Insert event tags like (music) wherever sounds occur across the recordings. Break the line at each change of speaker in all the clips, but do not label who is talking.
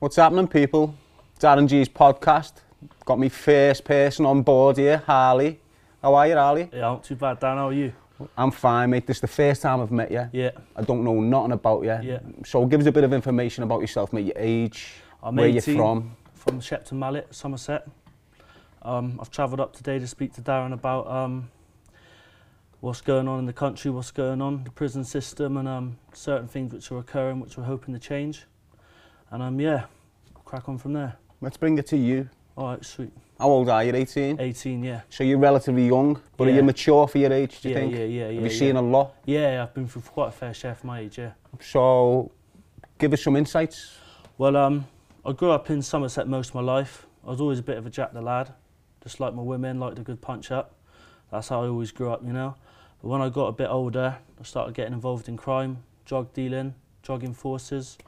What's happening, people? Darren G's podcast. Got me first person on board here, Harley. How are you, Harley?
Yeah, not too bad, Dan. How are you?
I'm fine, mate. This is the first time I've met you.
Yeah.
I don't know nothing about you.
Yeah.
So give us a bit of information about yourself, mate. Your age,
I'm
where
18.
you're from.
From Shepton Mallet, Somerset. Um, I've travelled up today to speak to Darren about um, what's going on in the country, what's going on, the prison system, and um, certain things which are occurring, which we're hoping to change. And um, yeah, crack on from there.
Let's bring it to you.
All right, sweet.
How old are you? 18?
18, yeah.
So you're relatively young, but are
Yeah.
you mature for your age, do you
yeah,
think?
yeah, yeah, yeah.
Have you
yeah.
seen a lot?
Yeah, I've been through quite a fair share for my age, yeah.
So give us some insights.
Well, um, I grew up in Somerset most of my life. I was always a bit of a jack the lad, just like my women, liked a good punch up. That's how I always grew up, you know. But when I got a bit older, I started getting involved in crime, drug dealing, drug enforcers,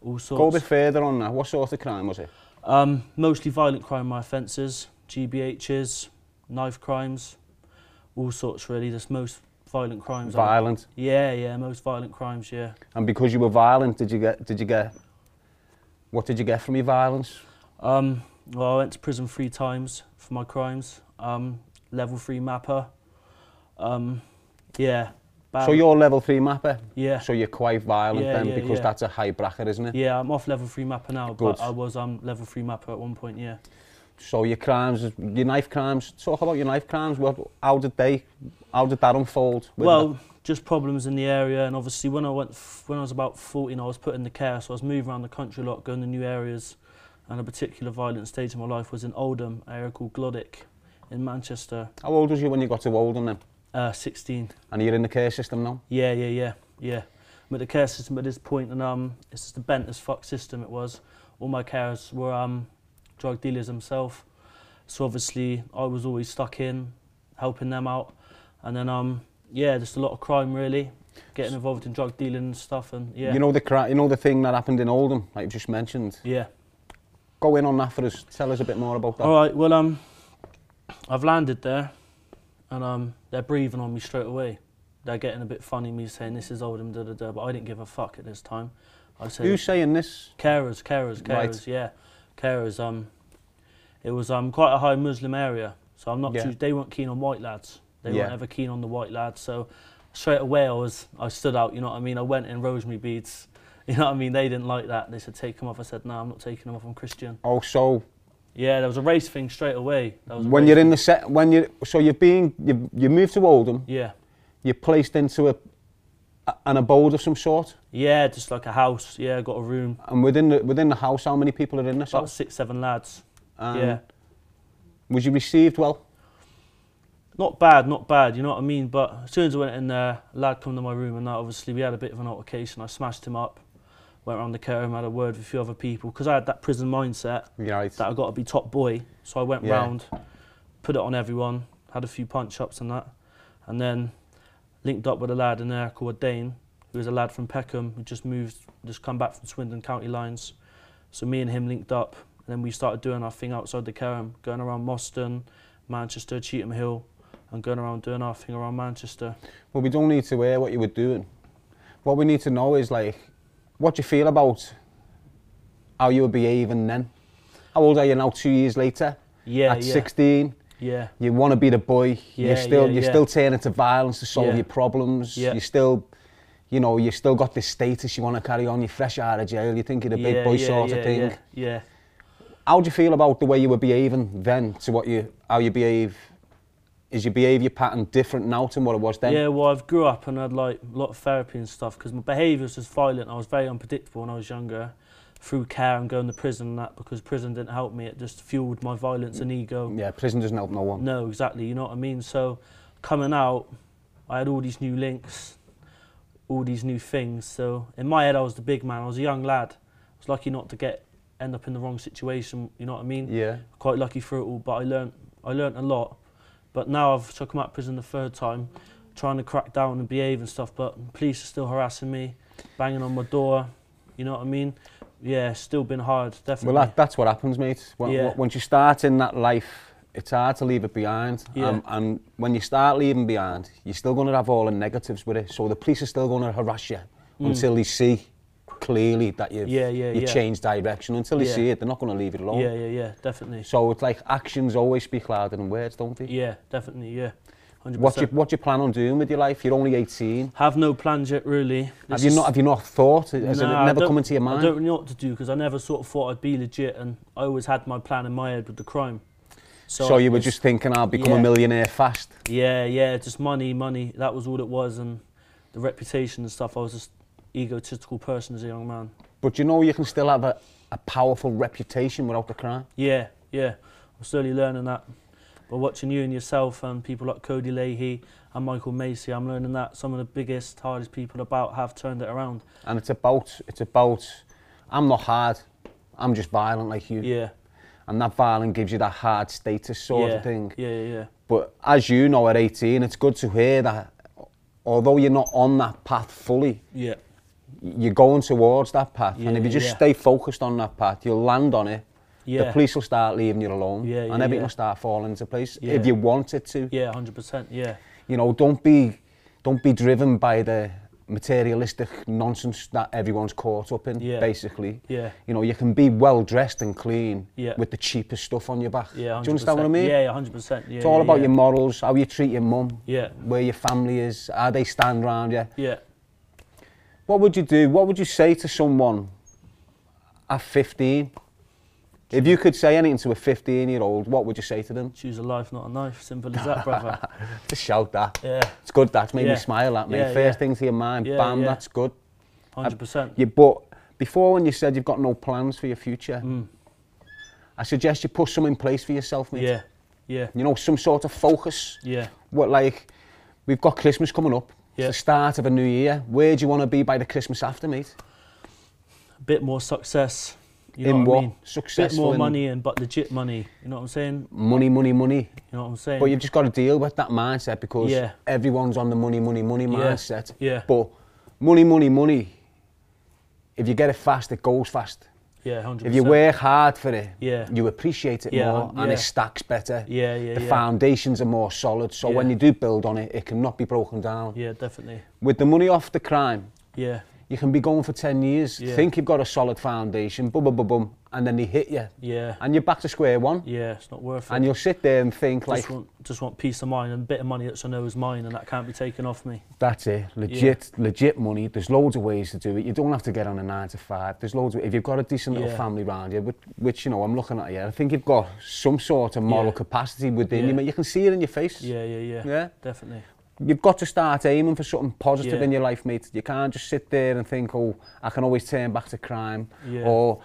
all sorts.
Go a bit further on that. What sort of crime was it?
Um, mostly violent crime, my offences, GBHs, knife crimes, all sorts really. Just most violent crimes. I-
Violent.
Yeah, yeah, most violent crimes, yeah.
And because you were violent, did you get did you get what did you get from your violence?
Um, well, I went to prison three times for my crimes. Um, level three mapper. Um, yeah. Bad.
So you're level three mapper.
Yeah.
So you're quite violent
Um, Yeah,
then
yeah,
because
yeah.
that's a high bracket, isn't it?
Yeah, I'm off level three mapper now,
Good.
but I was um level three mapper at one point. Yeah.
So your crimes, your knife crimes. Talk about your knife crimes. What? How did they? How did that unfold? with
well, just problems in the area, and obviously when I went f- when I was about 14, I was put in the care, so I was moving around the country a lot, going to new areas, and a particular violent stage of my life was in Oldham, an area called Glodick, in Manchester,
the- how old was you when you got to Walden then?
uh, 16.
And you're in the care system now.
Yeah, yeah, yeah, yeah. But the care system at this point, and um, it's just a bent as fuck system. It was all my carers were um, drug dealers themselves, so obviously I was always stuck in helping them out, and then um, yeah, just a lot of crime really, getting involved in drug dealing and stuff, and yeah,
You know the cri- you know the thing that happened in Oldham, like you just mentioned.
yeah.
Go in on that for us. Tell us a bit more about that.
All right, well um, I've landed there, and um, they're breathing on me straight away. They're getting a bit funny, me saying this is Oldham, da da da, but I didn't give a fuck at this time. I said
Who's saying this?
Carers, carers, carers,
Right.
yeah. Carers, um, it was um, quite a high Muslim area, so I'm not
Yeah.
too, they weren't keen on white lads. They
Yeah.
weren't ever keen on the white lads, so straight away I was, I stood out, you know what I mean? I went in rosemary beads, (laughs) you know what I mean? They didn't like that. They said, take them off. I said, no, I'm not taking them off, I'm Christian.
Oh, so
Yeah, there was a race thing straight away. That was a
when
race
you're in
thing.
the set, when you so you're being you you moved to Oldham,
Yeah,
you're placed into a, a an abode of some sort,
yeah, just like a house. Yeah, I got a room.
and within the within the house, how many people are in this
About
house?
six, seven lads.
And
yeah.
Was you received well?
not bad, not bad, you know what I mean? But as soon as I went in there, a lad come to my room and that obviously we had a bit of an altercation. I smashed him up, went around the care room, had a word with a few other people because I had that prison mindset
You're right.
that I got to be top boy. So I went
Yeah.
round, put it on everyone, had a few punch ups and that, and then linked up with a lad in there called Dane, who was a lad from Peckham who just moved, just come back from Swindon County Lines. So me and him linked up, and then we started doing our thing outside the Kerem, going around Moston, Manchester, Cheetham Hill, and going around doing our thing around Manchester.
Well, we don't need to hear what you were doing. What we need to know is like, what you feel about how you were behaving then. How old are you now? Two years later,
Yeah,
at
yeah,
16,
yeah,
you want to be the boy.
Yeah,
you're still
yeah,
you're
yeah.
still turning to violence to solve
Yeah.
your problems.
Yeah.
You still, you know, you still got this status. You want to carry on. You're fresh out of jail. You think you're the big
yeah,
boy
yeah,
sort
yeah,
of thing.
Yeah, yeah.
How do you feel about the way you were behaving then to what you how you behave? Is your behaviour pattern different now to what it was then?
Yeah, well, I've grew up and had like a lot of therapy and stuff because my behaviour was just violent. I was very unpredictable when I was younger, through care and going to prison and that because prison didn't help me. It just fueled my violence and ego.
Yeah, prison doesn't help no one.
No, exactly. You know what I mean. So coming out, I had all these new links, all these new things. So in my head, I was the big man. I was a young lad. I was lucky not to get end up in the wrong situation. You know what I mean?
Yeah.
quite lucky through it all, but I learnt I learnt a lot. But now I've so I come out of prison the third time, trying to crack down and behave and stuff, but police are still harassing me, banging on my door, you know what I mean? Yeah, it's still been hard, definitely.
Well, that, that's what happens, mate. When,
Yeah.
yeah. Once you start in that life, it's hard to leave it behind.
Yeah.
Um, and when you start leaving behind, you're still going to have all the negatives with it. So the police are still going to harass you until they see clearly that you've
Mm. Yeah, yeah,
you
yeah.
changed direction. Until they
Yeah.
see it, they're not going to leave it alone.
Yeah, yeah, yeah, definitely.
So it's like actions always speak louder than words, don't they?
Yeah, definitely, yeah. 100%.
What you what you plan on doing with your life? You're only 18.
Have no plans yet, really.
have
This
you
is-
not have you not thought? Has
Nah, I
it never
don't-
come into your
I
mind?
don't really know what to do because I never sort of thought I'd be legit and I always had my plan in my head with the crime.
So, you were
it's-
just thinking, I'll become a
Yeah.
millionaire fast.
Yeah, yeah, just money, money. That was all it was and the reputation and stuff. I was just egotistical person as a young man.
But you know, you can still have a, a powerful reputation without the crime.
Yeah, yeah. I'm slowly learning that. But watching you and yourself and people like Cody Leahy and Michael Macy, I'm learning that some of the biggest, hardest people about have turned it around.
And it's about it's about. I'm not hard. I'm just violent like you.
Yeah.
And that violence gives you that hard status sort
yeah,
of thing.
Yeah, yeah, yeah.
But as you know, at 18, it's good to hear that. Although you're not on that path fully,
Yeah.
you're going towards that path. and if
Yeah,
you just
yeah.
stay focused on that path, you'll land on it. The
Yeah.
police will start leaving you alone.
Yeah, yeah,
and everything
yeah.
will start falling into place
Yeah.
if you want it to.
Yeah, 100%. Yeah.
You know, don't be don't be driven by the materialistic nonsense that everyone's caught up in,
Yeah.
basically.
Yeah.
You know, you can be well dressed and clean
Yeah.
with the cheapest stuff on your back.
Yeah, 100%.
Do you understand what I mean?
Yeah, yeah, 100%. Yeah,
It's all
yeah,
about
yeah.
your morals, how you treat your mum,
Yeah.
where your family is, how they stand round you.
Yeah.
What would you do? What would you say to someone at 15? If you could say anything to a 15 year old, what would you say to them? (laughs)
Choose a life, not a knife. Simple as that, brother.
Just shout that.
Yeah.
It's good, that's made
Yeah.
me smile at me.
Yeah,
First
yeah.
thing to your mind,
Yeah,
bam,
yeah.
that's good.
100%.
You, but before, when you said you've got no plans for your future,
Mm.
I suggest you put some in place for yourself, mate.
Yeah. Yeah.
You know, some sort of focus.
Yeah.
What, like, we've got Christmas coming up.
Yeah.
It's the start of a new year. Where do you want to be by the Christmas after, mate?
A bit more success. You know
in
what?
what?
I mean? bit
Successful
more
in-
money and but legit money. You know what I'm saying?
money, money, money.
You know what I'm saying?
But you've just got to deal with that mindset because
Yeah.
everyone's on the money, money, money
Yeah.
mindset.
Yeah.
But money, money, money. If you get it fast, it goes fast.
yeah, hundred.
If you work hard for it,
Yeah.
you appreciate it
Yeah,
more and
yeah.
it stacks better.
Yeah, yeah,
the
yeah.
foundations are more solid. So when
Yeah.
you do build on it, it cannot be broken down.
Yeah, definitely.
With the money off the crime,
Yeah,
you can be going for 10 years,
Yeah.
think you've got a solid foundation, boom, boom, boom, boom, and then they hit you.
yeah,
And you're back to square one.
yeah. It's not worth
And
it.
you'll sit there and think, like,
just want just want peace of mind and a bit of money that I know is mine and that can't be taken off me.
That's it. Legit, legit money. There's loads of ways to do it. You don't have to get on a nine to five. There's loads of if you've got a decent little
Yeah.
family round you, which, which you know I'm looking at you. I think you've got some sort of moral
Yeah.
capacity within
Yeah.
you. mate. You can see it in your face.
Yeah, yeah, yeah.
Yeah.
Definitely.
You've got to start aiming for something positive
Yeah.
in your life, mate. You can't just sit there and think, oh, I can always turn back to crime,
Yeah.
or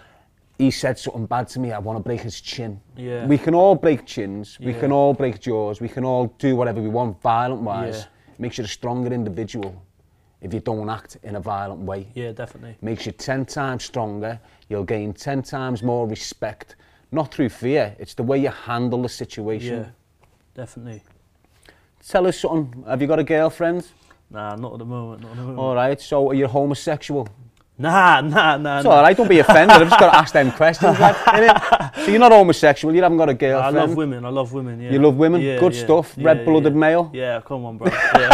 he said something bad to me. I want to break his chin.
Yeah.
We can all break chins. We
Yeah.
can all break jaws. We can all do whatever we want, violent wise.
Yeah.
It makes you a stronger individual if you don't act in a violent way.
Yeah, definitely.
Makes you 10 times stronger. You'll gain 10 times more respect. Not through fear, it's the way you handle the situation.
Yeah, definitely.
Tell us something. Have you got a girlfriend?
Nah, not at the moment. Not at the moment.
All right, so are you homosexual?
Nah, nah, nah.
It's
nah.
all right,
(laughs)
don't be offended. I've just got to ask them questions, lad, innit? So you're not homosexual, you haven't got a
I
girlfriend.
love women. I love women. Yeah.
You love women?
Yeah,
Good
yeah,
stuff.
yeah,
Red-blooded
yeah.
male.
Yeah, come on, bro. Yeah,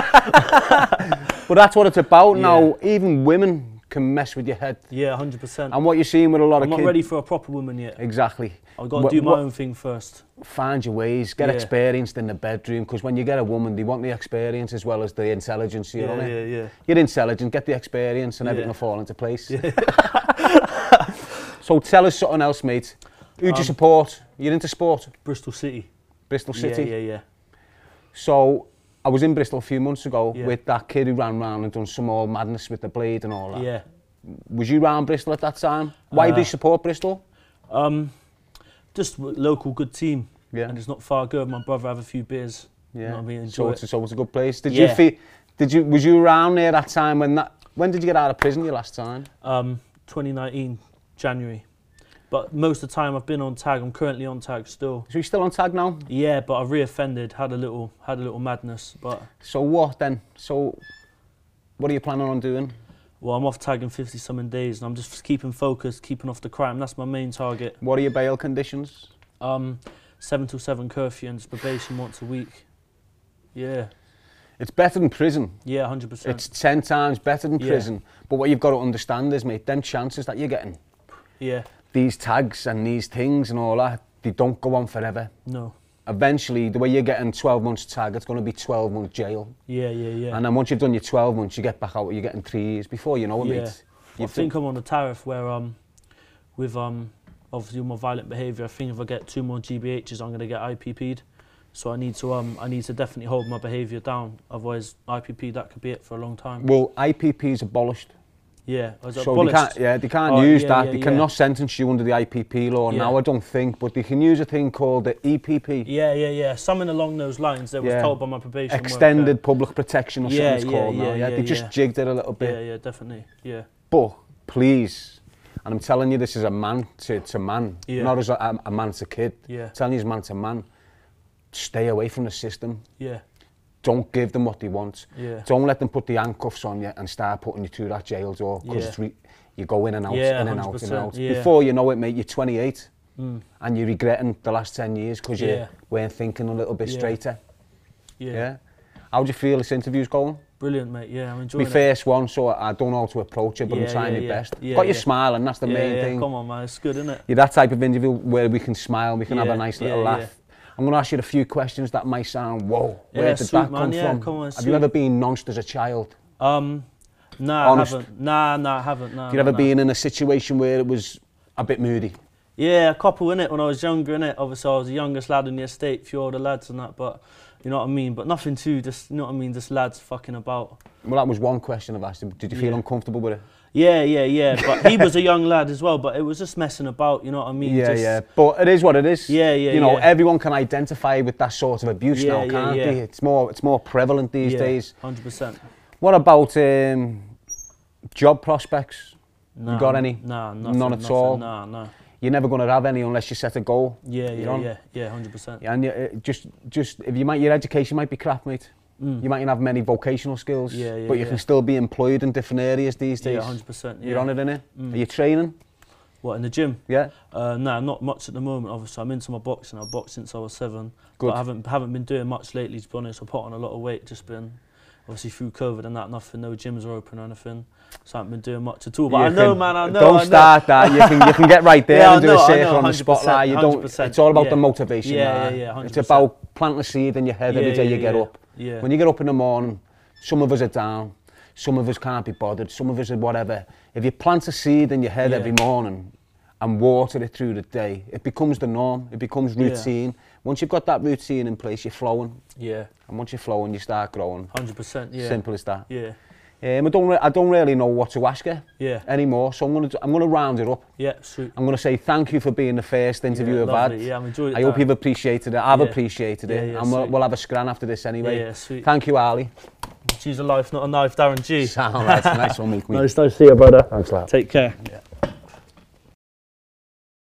But that's what it's about
Yeah.
now. Even women can mess with your head.
yeah,
(laughs)
hundred percent.
And what you're seeing with a lot
I'm
of
not
kids.
ready for a proper woman yet.
Exactly.
I've got to
Wha-
do my
what-
own thing first.
Find your ways, get
Yeah.
experienced in the bedroom, because when you get a woman, they want the experience as well as the intelligence, you know
yeah,
what I mean?
yeah, yeah.
You're intelligent, get the experience, and everything
Yeah.
will fall into place. (laughs) so tell us something else, mate. Who do you support? You're into sport,
Bristol City.
Bristol City.
Um, Yeah, yeah, yeah.
So I was in Bristol a few months ago
Yeah.
with that kid who ran round and done some old madness with the blade and all that.
Yeah. Uh,
Was you round Bristol at that time? Why do you support Bristol?
Um, just w- local good team.
Yeah.
And it's not far good. My brother have a few beers. You know what I mean?
so
Enjoy
it's,
it.
so it's a good place. Did you
Yeah.
feel? Did you? Was you around there that time when that? When did you get out of prison your last time?
Um, 2019, January. But most of the time I've been on tag. I'm currently on tag still.
So you still on tag now?
Yeah, but I reoffended. Had a little, had a little madness. But
So what then? So what are you planning on doing?
well, I'm off tag in 50 something days, and I'm just keeping focused, keeping off the crime. That's my main target.
What are your bail conditions?
Um, seven till seven curfew and just probation once a week. Yeah.
It's better than prison.
Yeah, hundred percent.
It's ten times better than
Yeah.
prison. But what you've got to understand is, mate, them chances that you're getting,
Yeah,
these tags and these things and all that, they don't go on forever.
no.
Eventually, the way you're getting 12 months tag, it's going to be 12 months jail.
Yeah, yeah, yeah.
And then once you've done your 12 months, you get back out, you're getting three years before you know it,
Yeah.
mate.
I
You've
think I'm on a tariff where um, with um, obviously my violent behaviour. I think if I get two more GBHs, I'm going to get IPP'd. So I need to um, I need to definitely hold my behaviour down. Otherwise, IPP that could be it for a long time.
Well, IPP is abolished.
Yeah, I was
So
abolished.
they can't, yeah, they can't
Oh,
use
yeah,
that.
yeah,
they
yeah.
cannot sentence you under the IPP law
Yeah. E
now, I don't think, but they can use a thing called the E EPP,
yeah, yeah, yeah. Something along those lines. That
Yeah.
was told by my probation. worker.
Extended Public Protection or
Yeah,
something it's
yeah,
called now.
yeah,
Yeah,
yeah,
they just
yeah.
jigged it a little bit.
Yeah, yeah, definitely. Yeah,
But please, and I'm telling you, this is a man to, to man,
Yeah.
not as a, a man to kid.
Yeah.
I'm telling you, as man to man, stay away from the system.
yeah,
Don't give them what they want.
yeah.
Don't let them put the handcuffs on you and start putting you through that jail door because
Yeah.
it's re- you go in and out,
Yeah,
in and out, in and
100%,
out.
yeah.
Before you know it, mate, you're 28
Mm,
and you're regretting the last 10 years because
Yeah.
you weren't thinking a little bit
Yeah.
straighter.
yeah.
Yeah. How do you feel this interview's going?
Brilliant, mate. Yeah, I'm
My
enjoying it.
first one, so I I don't know how to approach it, but
Yeah,
I'm trying
yeah,
my
yeah.
best.
Yeah,
Got you
yeah.
smiling, that's the
yeah,
main
yeah,
thing.
Come on, man. It's good, isn't it?
You're that type of interview where we can smile, we can have
Yeah,
a nice little
yeah,
laugh.
yeah.
I'm going to ask you a few questions that might sound, whoa, where
Yeah,
did
sweet,
that
man,
come
yeah,
from?
come on,
have
sweet.
you ever been nonced as a child?
Um, nah,
Honest.
I haven't. Nah, nah, I haven't. Nah.
Have you
nah,
ever
nah.
been in a situation where it was a bit moody?
Yeah, a couple in it when I was younger in it. Obviously, I was the youngest lad in the estate, few older lads and that, but you know what I mean. But nothing too. Just you know what I mean. Just lads fucking about.
Well, that was one question I've asked you. Did you feel
Yeah.
uncomfortable with it?
Yeah, yeah, yeah. But he was
(laughs)
a young lad as well. But it was just messing about. You know what I mean?
yeah,
just,
yeah. But it is what it is.
Yeah, yeah,
You know,
yeah.
everyone can identify with that sort of abuse
Yeah,
now,
yeah,
can't
yeah.
they? It's more, it's more prevalent these
yeah,
days.
Hundred percent.
What about um, job prospects?
Nah,
got any?
Nah, nothing,
None at
nothing,
all?
Nah, nah.
You're never going to have any unless you set a goal.
Yeah,
You're
yeah,
on.
yeah, yeah. Hundred percent.
Yeah, and you, uh, just, just if you might, your education might be crap, mate.
Mm.
You mightn't have many vocational skills,
Yeah, yeah,
but you
yeah.
can still be employed in different areas these days.
Yeah, hundred percent. Yeah.
You're on it, innit?
Mm.
Are you training?
What in the gym?
Yeah.
Uh, no, not much at the moment. Obviously, I'm into my boxing. I've boxed since I was seven.
Good.
But I haven't haven't been doing much lately. To be honest, I put on a lot of weight. Just been obviously through COVID and that. Nothing. No gyms are open or anything. So I haven't been doing much at all. But
You
I know,
can-
man. I know.
Don't
I know.
start that. You can you can get right there
(laughs) Yeah, I
and do
know,
a
I
circle
know,
on the
100%,
spotlight. You don't.
100%,
It's all about
yeah.
the motivation.
Yeah,
lad.
yeah, yeah,
It's
100%.
about planting the seed in your head every
Yeah,
day
yeah,
you get
yeah.
up.
Yeah.
When you get up in the morning, some of us are down, some of us can't be bothered, some of us are whatever. If you plant a seed in your head
Yeah.
every morning and water it through the day, it becomes the norm. It becomes
Yeah.
routine. Once you've got that routine in place, you're flowing,
Yeah.
and once you're flowing, you start growing.
Hundred percent. Yeah.
Simple as that.
Yeah.
Um, I don't. Re- I don't really know what to ask you
Yeah.
anymore, so I'm gonna. I'm gonna round it up.
Yeah. Sweet.
I'm going to say thank you for being the first interview
yeah,
I've
lovely.
had.
Yeah, I'm enjoying it.
I hope
Dan.
you've appreciated it. I've
Yeah.
appreciated
Yeah,
it.
yeah,
and we'll,
sweet.
we'll have a scran after this anyway.
Yeah, yeah, sweet.
Thank you, Ali.
She's a life, not a knife, Darren G.
Sound, that's a (laughs) nice one, mate.
Nice, nice to see you, brother.
Thanks, lad.
Take care.
Yeah.